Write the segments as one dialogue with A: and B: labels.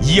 A: 以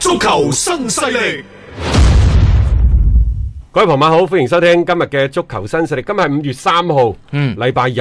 A: 足球新勢力，
B: 各位朋友好，歡迎收聽今日嘅足球新勢力。今日係五月三號，嗯，禮拜日，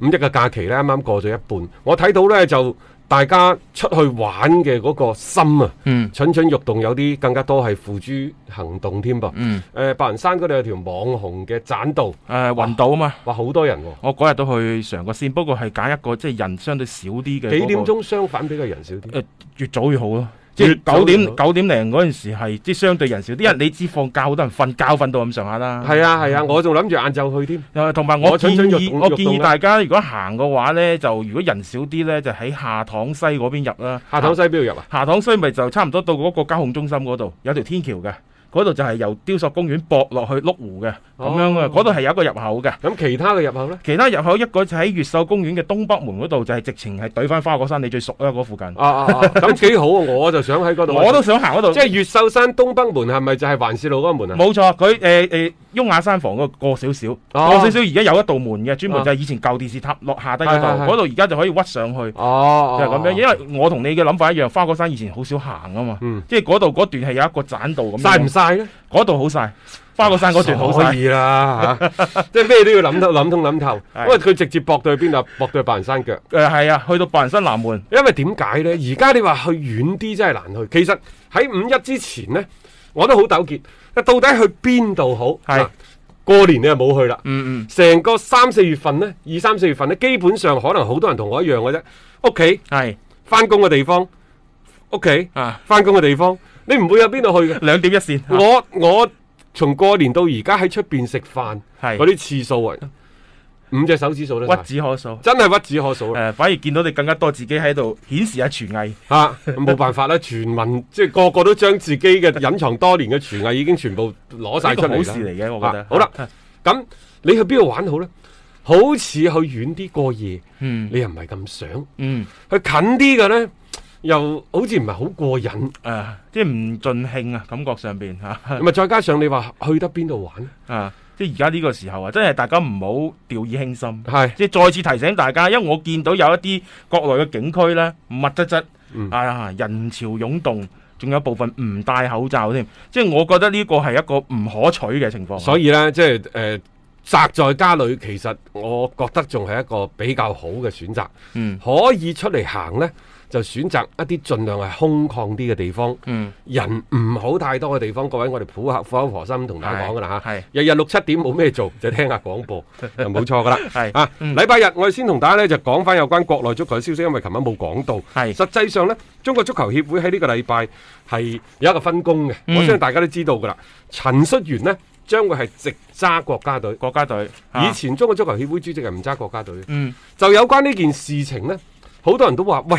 B: 五一嘅假期呢，啱啱過咗一半。我睇到呢，就大家出去玩嘅嗰個心啊，嗯，蠢蠢欲動，有啲更加多係付諸行動添噃。嗯，誒、白雲山嗰度有條網紅嘅棧道，
C: 誒雲島啊嘛，
B: 哇，好多人喎、
C: 我嗰日都去嘗過先，不過係揀一個即係人相對少啲嘅嗰個。
B: 幾點鐘相反比較人少啲？
C: 誒越早越好咯。
B: 即係
C: 越
B: 早
C: 九
B: 越好
C: 點九點零嗰陣時係即係相對人少啲，因為你知放假好多人瞓覺瞓到咁上下啦。
B: 係啊係啊，我仲諗住晏晝去添。
C: 誒同埋
B: 我
C: 我建
B: 蠢蠢欲
C: 議，
B: 動
C: 我
B: 欲
C: 建
B: 動
C: 議
B: 啦
C: 大家如果行嘅話呢，就如果人少啲呢，就喺下塘西嗰邊入啦。
B: 下塘西邊度入啊？
C: 下塘西咪就差唔多到嗰個交控中心嗰度，有條天橋嘅，嗰度就係由雕塑公園駁落去麓湖嘅咁樣嘅，
B: 哦
C: 嗰度係有一個入口嘅。
B: 咁其他嘅入口呢？
C: 其他入口一個就喺越秀公園嘅東北門嗰度，就係直情係對翻花果山，你最熟啦嗰附近。
B: 啊啊啊！咁幾好啊！ 我就想喺嗰度。啊
C: 我都想行嗰度，
B: 即係越秀山東北門係咪就係環市路嗰個門啊？
C: 冇錯。佢誒誒雍雅山房嗰個過少少，
B: 哦
C: 過少少而家有一道門嘅，專門
B: 啊
C: 就係以前舊電視塔落下低嗰度，
B: 係係係
C: 嗰度而家就可以屈上去，
B: 哦
C: 就，係咁樣。因為我同你嘅諗法一樣，花果山以前好少行啊嘛
B: 嗯，
C: 即係嗰度嗰段係有一個棧道咁樣。
B: 晒唔晒咧？
C: 嗰度好晒，花果山嗰段好晒
B: 可。以 啦，嚇即係咩都要諗透、諗通、諗透。因
C: 係
B: 為佢直接駁到去邊啊？駁到去白雲山腳。
C: 誒係啊，去到白雲山南門，
B: 因為點解呢？而家你話去遠啲真係難去。其實喺五一之前呢，我都好糾結，到底去邊度好？
C: 係
B: 嗱過年你又冇去啦。
C: 嗯嗯，
B: 成個三四月份呢，二三四月份呢，基本上可能好多人同我一樣嘅啫，屋企
C: 係
B: 翻工嘅地方，屋企
C: 啊，
B: 翻工嘅地方，你唔會有邊度去嘅。
C: 兩點一線。啊
B: 我我從過年到而家喺出邊食飯，
C: 係
B: 嗰啲次數啊，五隻手指數得晒
C: 屈指可數。
B: 真係屈指可數啊
C: 誒、
B: 啦
C: 呃反而見到你更加多自己喺度顯示下廚藝，
B: 嚇，啊冇辦法啦，全民即係個個都將自己嘅隱藏多年嘅廚藝已經全部攞晒
C: 呢
B: 出
C: 個
B: 嚟啦
C: 好事嚟嘅，我覺
B: 啊
C: 得。
B: 好啦，咁你去邊度玩好呢？好似去遠啲過夜，
C: 嗯
B: 你又唔係咁想；
C: 嗯，
B: 去近啲嘅呢，又好似唔係好過癮。
C: 誒、啊即係唔盡興啊，感覺上邊嚇
B: 咁啊，再加上你話去得邊度玩？
C: 啊，即係而家呢個時候啊，真係大家唔好掉以輕心。
B: 係
C: 即係再次提醒大家，因為我見到有一啲國內嘅景區咧，密質質，
B: 嗯
C: 啊人潮湧動，仲有部分唔戴口罩添，即係我覺得呢個係一個唔可取嘅情況。啊
B: 所以呢，即係誒、呃宅在家裏，其實我覺得仲係一個比較好嘅選擇。
C: 嗯
B: 可以出嚟行呢，就選擇一啲盡量係空曠啲嘅地方，
C: 嗯
B: 人唔好太多嘅地方。各位，我哋苦口苦口婆心同大家講噶啦嚇
C: 係係，
B: 日日六七點冇咩做，就聽下廣 播，就冇錯噶啦。
C: 係
B: 啊，
C: 嗯
B: 禮拜日我哋先同大家呢就講翻有關國內足球嘅消息，因為琴晚冇講到。
C: 係
B: 實際上呢，中國足球協會喺呢個禮拜係有一個分工嘅，我相信大家都知道噶啦。陳戌源呢，將會係直揸國家隊。
C: 國家隊啊
B: 以前中國足球協會主席係唔揸國家隊嘅。
C: 嗯
B: 就有關呢件事情呢，好多人都話：喂，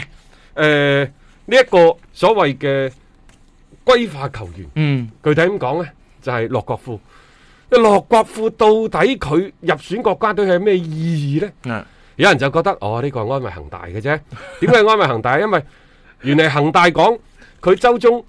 B: 誒呢一個所謂嘅歸化球員，
C: 嗯
B: 具體咁講呢，就係、洛國富。洛國富到底佢入選國家隊係咩意義呢？
C: 啊
B: 有人就覺得哦，呢個係安慰恒大 嘅啫。點解安慰恒大？因為原嚟恒大講佢周中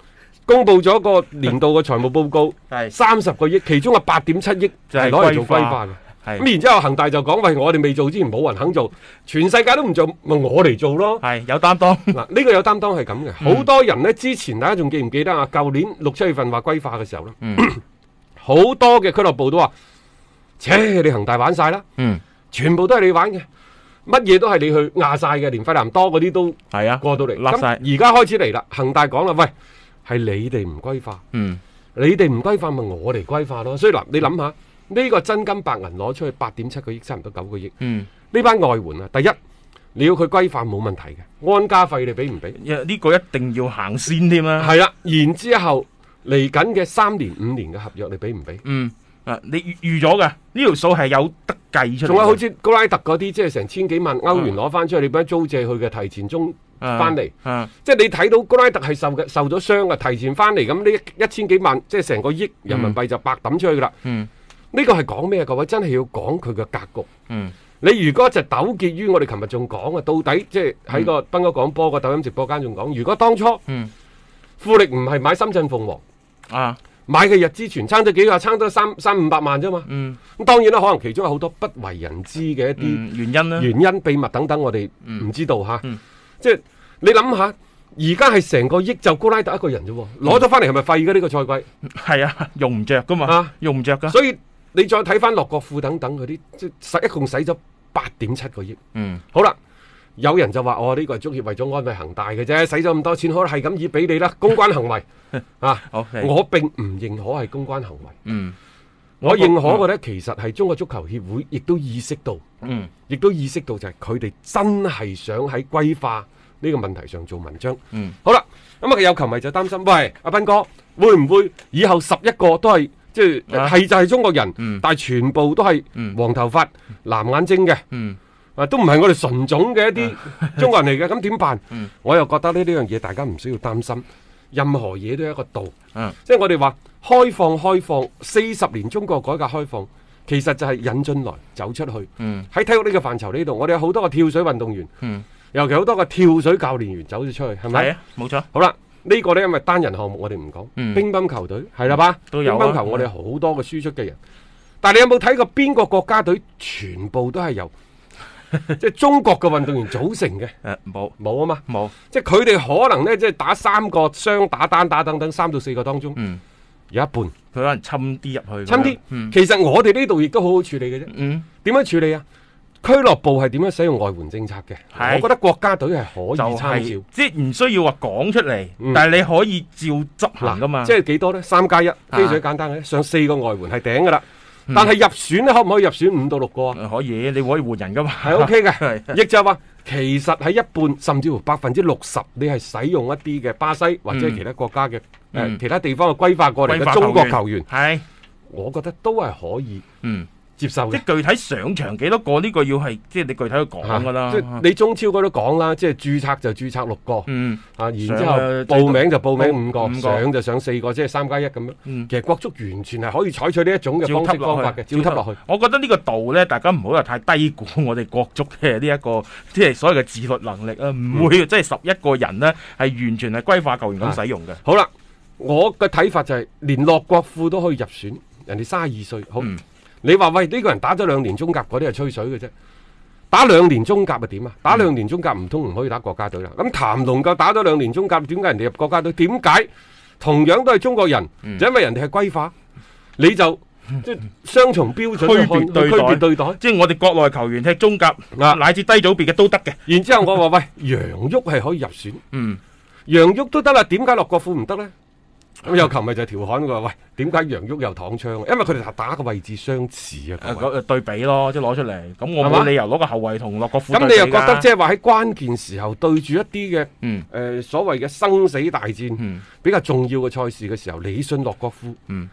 B: 公布咗個年度嘅財務報告，
C: 係
B: 三十個億，其中嘅八點七億
C: 就
B: 係
C: 係
B: 攞嚟做
C: 歸化
B: 歸化嘅。
C: 係
B: 咁然之後恒大就講：喂，我哋未做之前冇人肯做，全世界都唔做，咪我嚟做咯。
C: 係嗯有擔當。
B: 嗱，呢個有擔當係咁嘅。好多人呢，之前大家仲記唔記得啊？舊年六七月份話歸化嘅時候咧，
C: 嗯
B: 好多嘅俱樂部都話：切，你恒大玩晒啦，
C: 嗯
B: 全部都係你玩嘅，乜嘢都係你去壓晒嘅，連費南多嗰啲都
C: 係啊，
B: 過到嚟。
C: 立晒
B: 咁而家開始嚟啦，恒大講啦：喂，係你哋唔歸化，
C: 嗯
B: 你哋唔規範咪我嚟規範咯。所以嗱，你諗下呢個真金白銀攞出去八點七個億，差唔多九個億。
C: 嗯，
B: 呢班外援啊，第一你要佢規範冇問題嘅，安家費你俾唔俾？
C: 呢個一定要行先添啊啦。
B: 係啦，然之後嚟緊嘅三年五年嘅合約你俾唔俾？
C: 嗯，啊，你預預咗㗎，呢條數係有得計出嚟嘅。
B: 仲有好似高拉特嗰啲，即係成千幾萬歐元攞翻出去，你幫租借佢嘅提前中
C: 啊
B: 翻嚟。
C: 啊，
B: 即係你睇到高拉特係受嘅受咗傷啊，提前翻嚟咁呢一一千幾萬，即係成個億人民幣就白抌出去噶啦。
C: 嗯
B: 呢個係講咩啊？各位真係要講佢嘅格局。
C: 嗯
B: 你如果就糾結於我哋琴日仲講啊，到底即係喺個斌哥講波個抖音直播間仲講，如果當初
C: 嗯
B: 富力唔係買深圳鳳凰，
C: 啊，
B: 買嘅日之泉差咗幾個，差咗三三五百萬啫嘛。
C: 嗯
B: 咁當然啦，可能其中有好多不為人知嘅一啲。
C: 嗯，原因啦，
B: 原因、秘密等等，我哋唔知道吓。即係你諗下，而家係成個億就高拉特一個人啫喎，攞咗翻嚟係咪廢嘅呢個賽季？
C: 係啊，用唔着㗎嘛
B: 啊，
C: 用唔着㗎。
B: 所以你再睇翻洛國富等等嗰啲，即係使一共使咗八點七個億。
C: 嗯，
B: 好啦。有人就話：哦，呢、個係足協為咗安慰恒大嘅啫，使咗咁多錢，可能係咁以俾你啦。公關行為啊
C: OK
B: 我並唔認可係公關行為。
C: 嗯，
B: 我認可嘅呢，其實係中國足球協會亦都意識到，
C: 嗯，
B: 亦都意識到就係佢哋真係想喺規劃呢個問題上做文章。
C: 嗯，
B: 好啦，咁啊有球迷就擔心，喂，阿斌哥會唔會以後十一個都係即係
C: 啊
B: 係就係中國人，
C: 嗯
B: 但係全部都係
C: 嗯
B: 黃頭髮、藍眼睛嘅？
C: 嗯，啊
B: 啊，都唔係我哋純種嘅一啲中國人嚟嘅，咁點 辦？
C: 嗯
B: 我又覺得呢呢樣嘢大家唔需要擔心，任何嘢都有一個度。
C: 嗯
B: 即係我哋話開放開放，四十年中國改革開放，其實就係引進來走出去。
C: 嗯
B: 喺體育呢個範疇呢度，我哋有好多個跳水運動員，
C: 嗯
B: 尤其好多個跳水教練員走咗出去，係咪？
C: 係啊，冇錯，
B: 好啦，呢、個呢，因為單人項目我哋唔講，
C: 嗯
B: 乒乓球隊係啦吧？
C: 都有啊
B: 乒乓球我哋好多嘅輸出嘅人，但係你有冇睇過邊個國家隊全部都係 由即係中國嘅運動員組成嘅？
C: 誒，冇
B: 冇啊嘛，
C: 冇，
B: 即係佢哋可能呢，即係打三個雙打單打等等三到四個當中，
C: 嗯，
B: 有一半
C: 佢可能侵啲入去
B: 親
C: 咁樣，
B: 啲。
C: 嗯
B: 其實我哋呢度亦都好好處理嘅啫。
C: 嗯，
B: 點樣處理啊？俱樂部係點樣使用外援政策嘅？
C: 係
B: 我覺得國家隊係
C: 就
B: 可以參
C: 係
B: 照。
C: 即係唔需要話講出嚟，
B: 嗯
C: 但係你可以照執行㗎嘛，
B: 即係幾多呢？三加一，非常簡單嘅，上四個外援係頂噶啦。
C: 嗯
B: 但係入選咧，可唔可以入選五到六個啊？
C: 可以，你可以換人噶嘛？
B: 係 OK 嘅
C: 係，
B: 亦就係話其實喺一半甚至乎百分之六十，你係使用一啲嘅巴西或者
C: 嗯
B: 其他國家嘅
C: 嗯
B: 誒其他地方嘅規劃過嚟
C: 歸化
B: 嘅中國球員，
C: 係，
B: 我覺得都係可以
C: 嗯，
B: 接受
C: 即
B: 嘅。
C: 係具體上場幾多個呢個要係，即係你具體去講噶啦
B: 即。係你中超嗰度講啦，即係註冊就註冊六個，
C: 嗯，
B: 啊，然之
C: 上
B: 後
C: 嘅最
B: 報
C: 多
B: 名就報名五個，
C: 五個
B: 上就上四個，即係三加一咁樣。
C: 嗯
B: 其實國足完全係可以採取呢一種嘅方式方法嘅，照
C: 照
B: 吸
C: 吸
B: 落去。
C: 我覺得呢個度咧，大家唔好話太低估我哋國足嘅呢一個即係所謂嘅自律能力啊，唔
B: 嗯
C: 會即係十一個人呢係完全係歸化球
B: 啊
C: 員咁使用嘅。
B: 好啦，我嘅睇法就係、連洛國富都可以入選，人哋三十二歲。好，
C: 嗯
B: 你話喂呢、個人打咗兩年中甲嗰啲係吹水嘅啫，打兩年中甲咪點啊？打兩年中甲唔通唔可以打國家隊啦？
C: 嗯
B: 咁譚龍夠打咗兩年中甲，點解人哋入國家隊？點解同樣都係中國人，
C: 嗯
B: 就因為人哋係歸化，你就即係雙重標準去
C: 區別
B: 看
C: 對
B: 去區
C: 待
B: 別對待。
C: 即係我哋國內球員踢中甲
B: 啊
C: 乃至低組別嘅都得嘅。
B: 然之後我話喂，楊旭係可以入選，
C: 嗯，
B: 楊旭都得啦，點解落國富唔得呢？咁有琴日就調侃佢話：喂，點解楊旭又躺槍？因為佢哋打嘅位置相似啊。各
C: 誒
B: 位
C: 咁誒呃對比咯，即係攞出嚟。咁我
B: 係嘛
C: 冇理由攞個後衞同落個副
B: 咁你又覺得即係話喺關鍵時候對住一啲嘅
C: 嗯
B: 誒所謂嘅生死大戰
C: 嗯
B: 比較重要嘅賽事嘅時候，你信洛國富
C: 嗯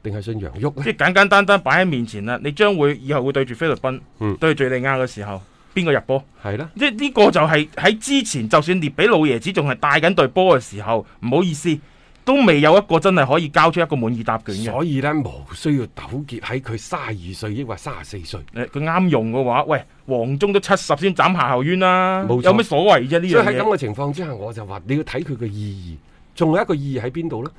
B: 定係信楊旭呢？
C: 即係簡簡單單擺喺面前啦，你將會以後會對住菲律賓、
B: 嗯
C: 對住敘利亞嘅時候，邊個入波？
B: 係啦，
C: 即係呢個就係喺之前，就算列比老爺子仲係帶緊隊波嘅時候，唔好意思，都未有一個真係可以交出一個滿意答卷嘅。
B: 所以呢，無需要糾結喺佢三十二歲抑或三十四歲。
C: 誒佢啱用嘅話，喂，黃忠都七十先斬夏侯淵啦，
B: 冇錯
C: 有咩所謂啫？呢
B: 所
C: 樣
B: 以喺咁
C: 嘢
B: 嘅情況之下，我就話你要睇佢嘅意義，仲有一個意義喺邊度呢？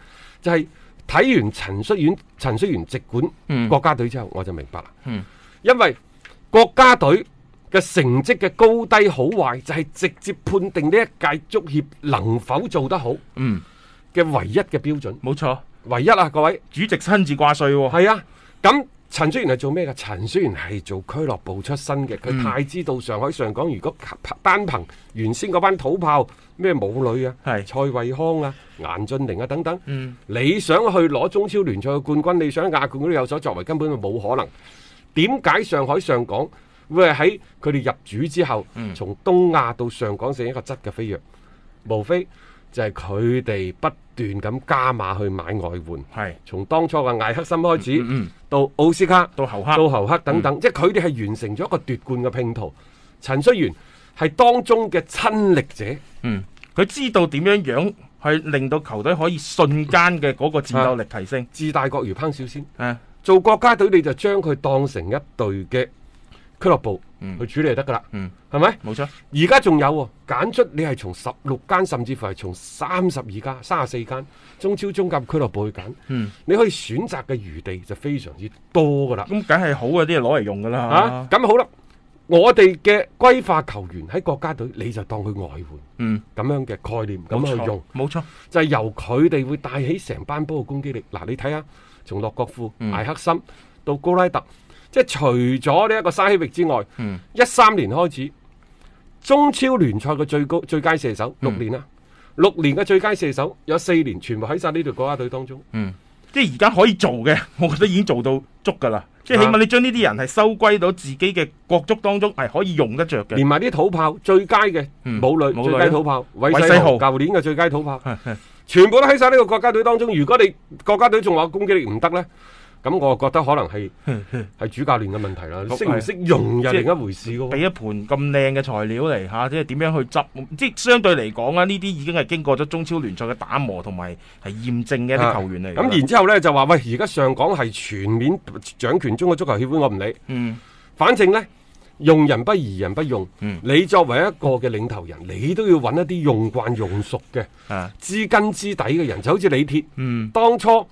B: 就係、睇完陳戌源、陳戌源直管
C: 嗯
B: 國家隊之後，我就明白啦。
C: 嗯
B: 因為國家隊嘅成績嘅高低好壞，就係、直接判定呢一屆足協能否做得好
C: 嗯，
B: 嘅唯一嘅標準，
C: 冇錯，
B: 唯一啊，各位
C: 主席親自掛帥喎。
B: 係啊，咁陳戌源係做咩㗎？陳戌源係做俱樂部出身嘅，佢太知道上海上港如果單憑原先嗰班土炮咩武磊啊、
C: 係
B: 蔡慧康啊、顏駿凌啊等等，你想去攞中超聯賽嘅冠軍，你想亞冠都有所作為，根本就冇可能。點解上海上港會係喺佢哋入主之後，從東亞到上港成一個質嘅飛躍？無非就係佢哋不斷咁加碼去買外援。
C: 係
B: 從當初嘅艾克森開始，到奧斯卡，
C: 嗯到侯克嗯
B: 到侯克等等，即係佢哋係完成咗一個奪冠嘅拼圖。陳戌源係當中嘅親歷者，
C: 嗯，佢知道點樣樣去令到球隊可以瞬間嘅嗰個戰鬥力提升。
B: 自大國如烹小鮮。
C: 啊，
B: 做國家隊你就將佢當成一隊嘅俱樂部去處理就得㗎啦，
C: 嗯
B: 係咪、
C: 冇錯，
B: 而家仲有喎、揀出你係從十六間，甚至乎係從三十二間、三十四間中超中甲俱樂部去揀，
C: 嗯
B: 你可以選擇嘅餘地就非常之多噶啦。
C: 咁梗係好嗰啲攞嚟用噶啦。
B: 啊，咁好啦，我哋嘅歸化球員喺國家隊，你就當佢外援，
C: 嗯，
B: 咁樣嘅概念
C: 冇
B: 咁去
C: 錯
B: 用，
C: 冇錯，
B: 就係由佢哋會帶起成班波嘅攻擊力。嗱，你睇下，從洛國富、艾克森到高拉特，即係除咗呢一個沙希域之外，一三、年開始，中超聯賽嘅最高最佳射手六年啦，六年嘅最佳射手有四年全部喺晒呢隊國家隊當中。
C: 即係而家可以做嘅， 我覺得已經做到足噶啦。即係
B: 啊
C: 起碼你將呢啲人係收歸到自己嘅國足當中，係可以用得着嘅。
B: 連埋啲土炮最佳嘅
C: 嗯
B: 武磊、
C: 武磊
B: 最佳土炮，韋
C: 韋
B: 世
C: 世
B: 豪
C: 豪
B: 舊年嘅最佳土炮，全部都喺晒呢個國家隊當中。如果你國家隊仲話攻擊力唔得呢，咁我覺得可能係係主教練嘅問題啦。
C: 咁
B: 識唔識用又
C: 即係
B: 另一回事嘅
C: 俾
B: 喎。
C: 一盤咁靚嘅材料嚟吓，即係點樣去執？即係相對嚟講啊，呢啲已經係經過咗中超聯賽嘅打磨同埋係驗證嘅一啲球員嚟㗎
B: 啊咁
C: 啦。
B: 然之後呢，就話喂，而家上港係全面呃掌權中國足球協會，我唔理。
C: 嗯
B: 反正呢，用人不疑人不用。
C: 嗯
B: 你作為一個嘅領頭人，你都要揾一啲用慣用熟嘅。
C: 啊
B: 知根知底嘅人，就好似李鐵，
C: 嗯
B: 當初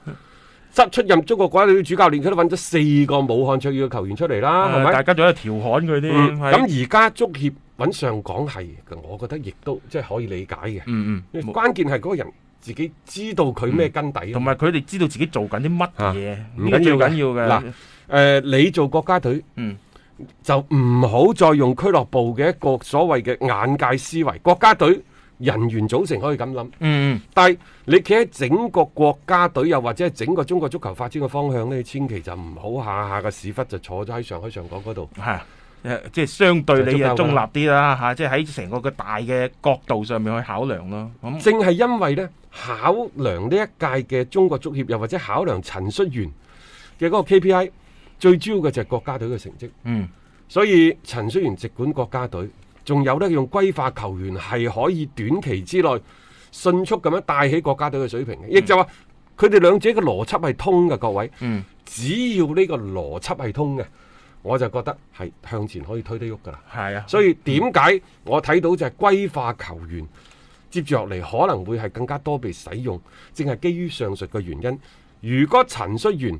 B: 執出任中國國家隊主教練，佢都揾咗四個武漢卓爾嘅球員出嚟啦，係
C: 啊大
B: 咪？
C: 家仲喺度調侃佢啲
B: 啊嗯
C: 係
B: 咁而家足協揾上港係，我覺得亦都即係可以理解嘅。
C: 嗯嗯，冇
B: 關鍵係嗰個人自己知道佢咩根底啊
C: 同埋佢哋知道自己做緊啲乜
B: 啊
C: 嘢，
B: 唔
C: 呢個
B: 緊
C: 最
B: 要嘅
C: 緊要嘅。
B: 嗱誒，你做國家隊，
C: 嗯
B: 就唔好再用俱樂部嘅一個所謂嘅眼界思維。國家隊人員組成可以咁諗，
C: 嗯嗯
B: 但係你企喺整個國家隊，又或者係整個中國足球發展嘅方向呢，你千祈就唔好下下嘅屎忽就坐咗喺上海上港嗰度。
C: 嗯係誒即係相對
B: 就足
C: 你
B: 夠
C: 啊
B: 㗎
C: 中立啲啦嚇，即係喺成個嘅大嘅角度上面去考量咯。咁
B: 正係因為呢，考量呢一屆嘅中國足協，又或者考量陳戌源嘅嗰個 KPI，最主要嘅就係國家隊嘅成績。
C: 嗯
B: 所以陳戌源直管國家隊，仲有呢用歸化球員係可以短期之內迅速咁樣帶起國家隊嘅水平嘅，亦就話佢哋兩者嘅邏輯係通嘅，各位。
C: 嗯，
B: 只要呢個邏輯係通嘅，我就覺得係向前可以推得喐㗎啦。
C: 係啊，
B: 所以點解我睇到就係歸化球員接住落嚟可能會係更加多被使用，正係基於上述嘅原因。如果陳戌源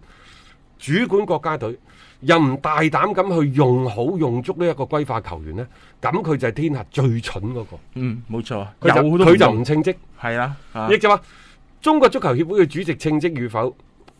B: 主管國家隊，又唔大膽咁去用好用足呢一個歸化球員呢，咁佢就係天下最蠢嗰、
C: 嗯冇錯，
B: 個，佢就
C: 有都
B: 佢就
C: 用
B: 唔稱職。
C: 係啦，啊
B: 亦就話中國足球協會嘅主席稱職與否，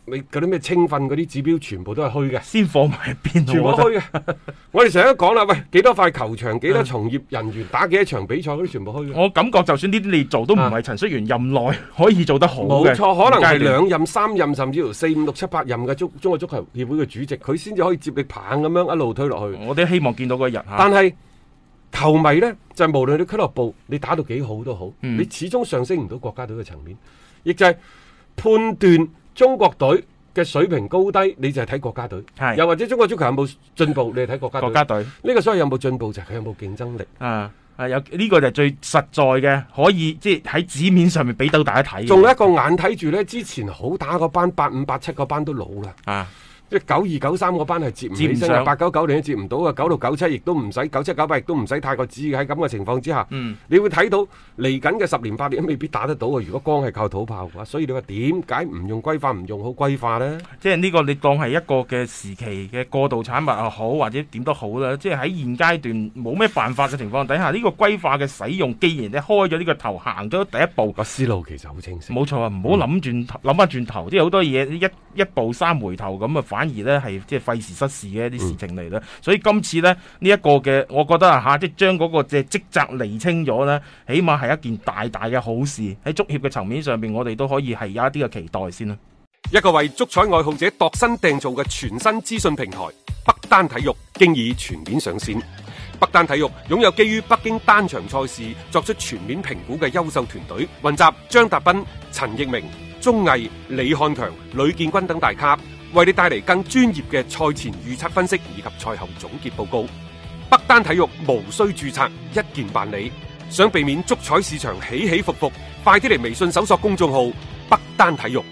B: 你嗰啲咩青訓嗰啲指標全部都係虛嘅。
C: 先放埋邊
B: 全
C: 度，
B: 部
C: 我覺得
B: 虛 嘅。我哋成日都講啦，喂，幾多塊球場，幾多從業人員打幾多場比賽，嗰啲全部虛嘅。
C: 我感覺就算呢啲你做都唔
B: 啊
C: 係陳戌源任內 可以做得好
B: 冇
C: 嘅，
B: 錯，可能係
C: 現階段
B: 兩任、三任，甚至乎四五六七八任嘅中中國足球協會嘅主席，佢先至可以接力棒咁樣一路推落去。
C: 我都希望見到啊嗰日嚇。
B: 嗯但係球迷呢，就無論你俱樂部你打到幾好都好，
C: 嗯
B: 你始終上升唔到國家隊嘅層面，亦就係判斷中國隊嘅水平高低，你就係睇國家隊，
C: 係
B: 又或者中國足球有冇進步，你係睇國家隊。
C: 國家隊
B: 呢個所謂有冇進步就係佢有冇競爭力。
C: 啊啊有呢個就係最實在嘅，可以即係喺紙面上面俾到大家睇嘅。
B: 仲有一個眼睇住呢，之前好打嗰班八五八七嗰班都老啦，
C: 啊，
B: 即係九二九三嗰班係接唔起身
C: 接唔
B: 嘅，
C: 上
B: 八九九年都接唔到嘅，九六九七亦都唔使，九七九八亦都唔使太過指意喺咁嘅情況之下，
C: 嗯
B: 你會睇到嚟緊嘅十年八年都未必打得到啊！如果光係靠土炮嘅話，所以你話點解唔用歸化，唔用好歸化呢？
C: 即係呢個你當係一個嘅時期嘅過渡產物又好，或者點都好啦。即係喺現階段冇咩辦法嘅情況底下，呢、個規劃嘅使用，既然你開咗呢個頭，行咗第一步。
B: 個思路其實好清晰。
C: 冇錯啊，唔好諗轉頭諗翻轉頭，即係好多嘢一一步三回頭咁啊，反反而呢係即係費時失事嘅一啲事情嚟啦。所以今次呢，呢、一個嘅，我覺得啊嚇，即係將嗰個嘅職責釐清咗呢，起碼係一件大大嘅好事。喺足協嘅層面上邊，我哋都可以係有一啲嘅期待先啦。
B: 一個為足彩愛好者度身訂造嘅全新資訊平台北單體育，經已全面上線。北單體育擁有基於北京單場賽事作出全面評估嘅優秀團隊，雲集張達斌、陳奕明、鐘毅、李漢強、呂建軍等大咖，為你帶嚟更專業嘅賽前預測分析以及賽後總結報告。北單體育無需註冊，一鍵辦理。想避免足彩市場起起伏伏，快啲嚟微信搜索公眾號北單體育。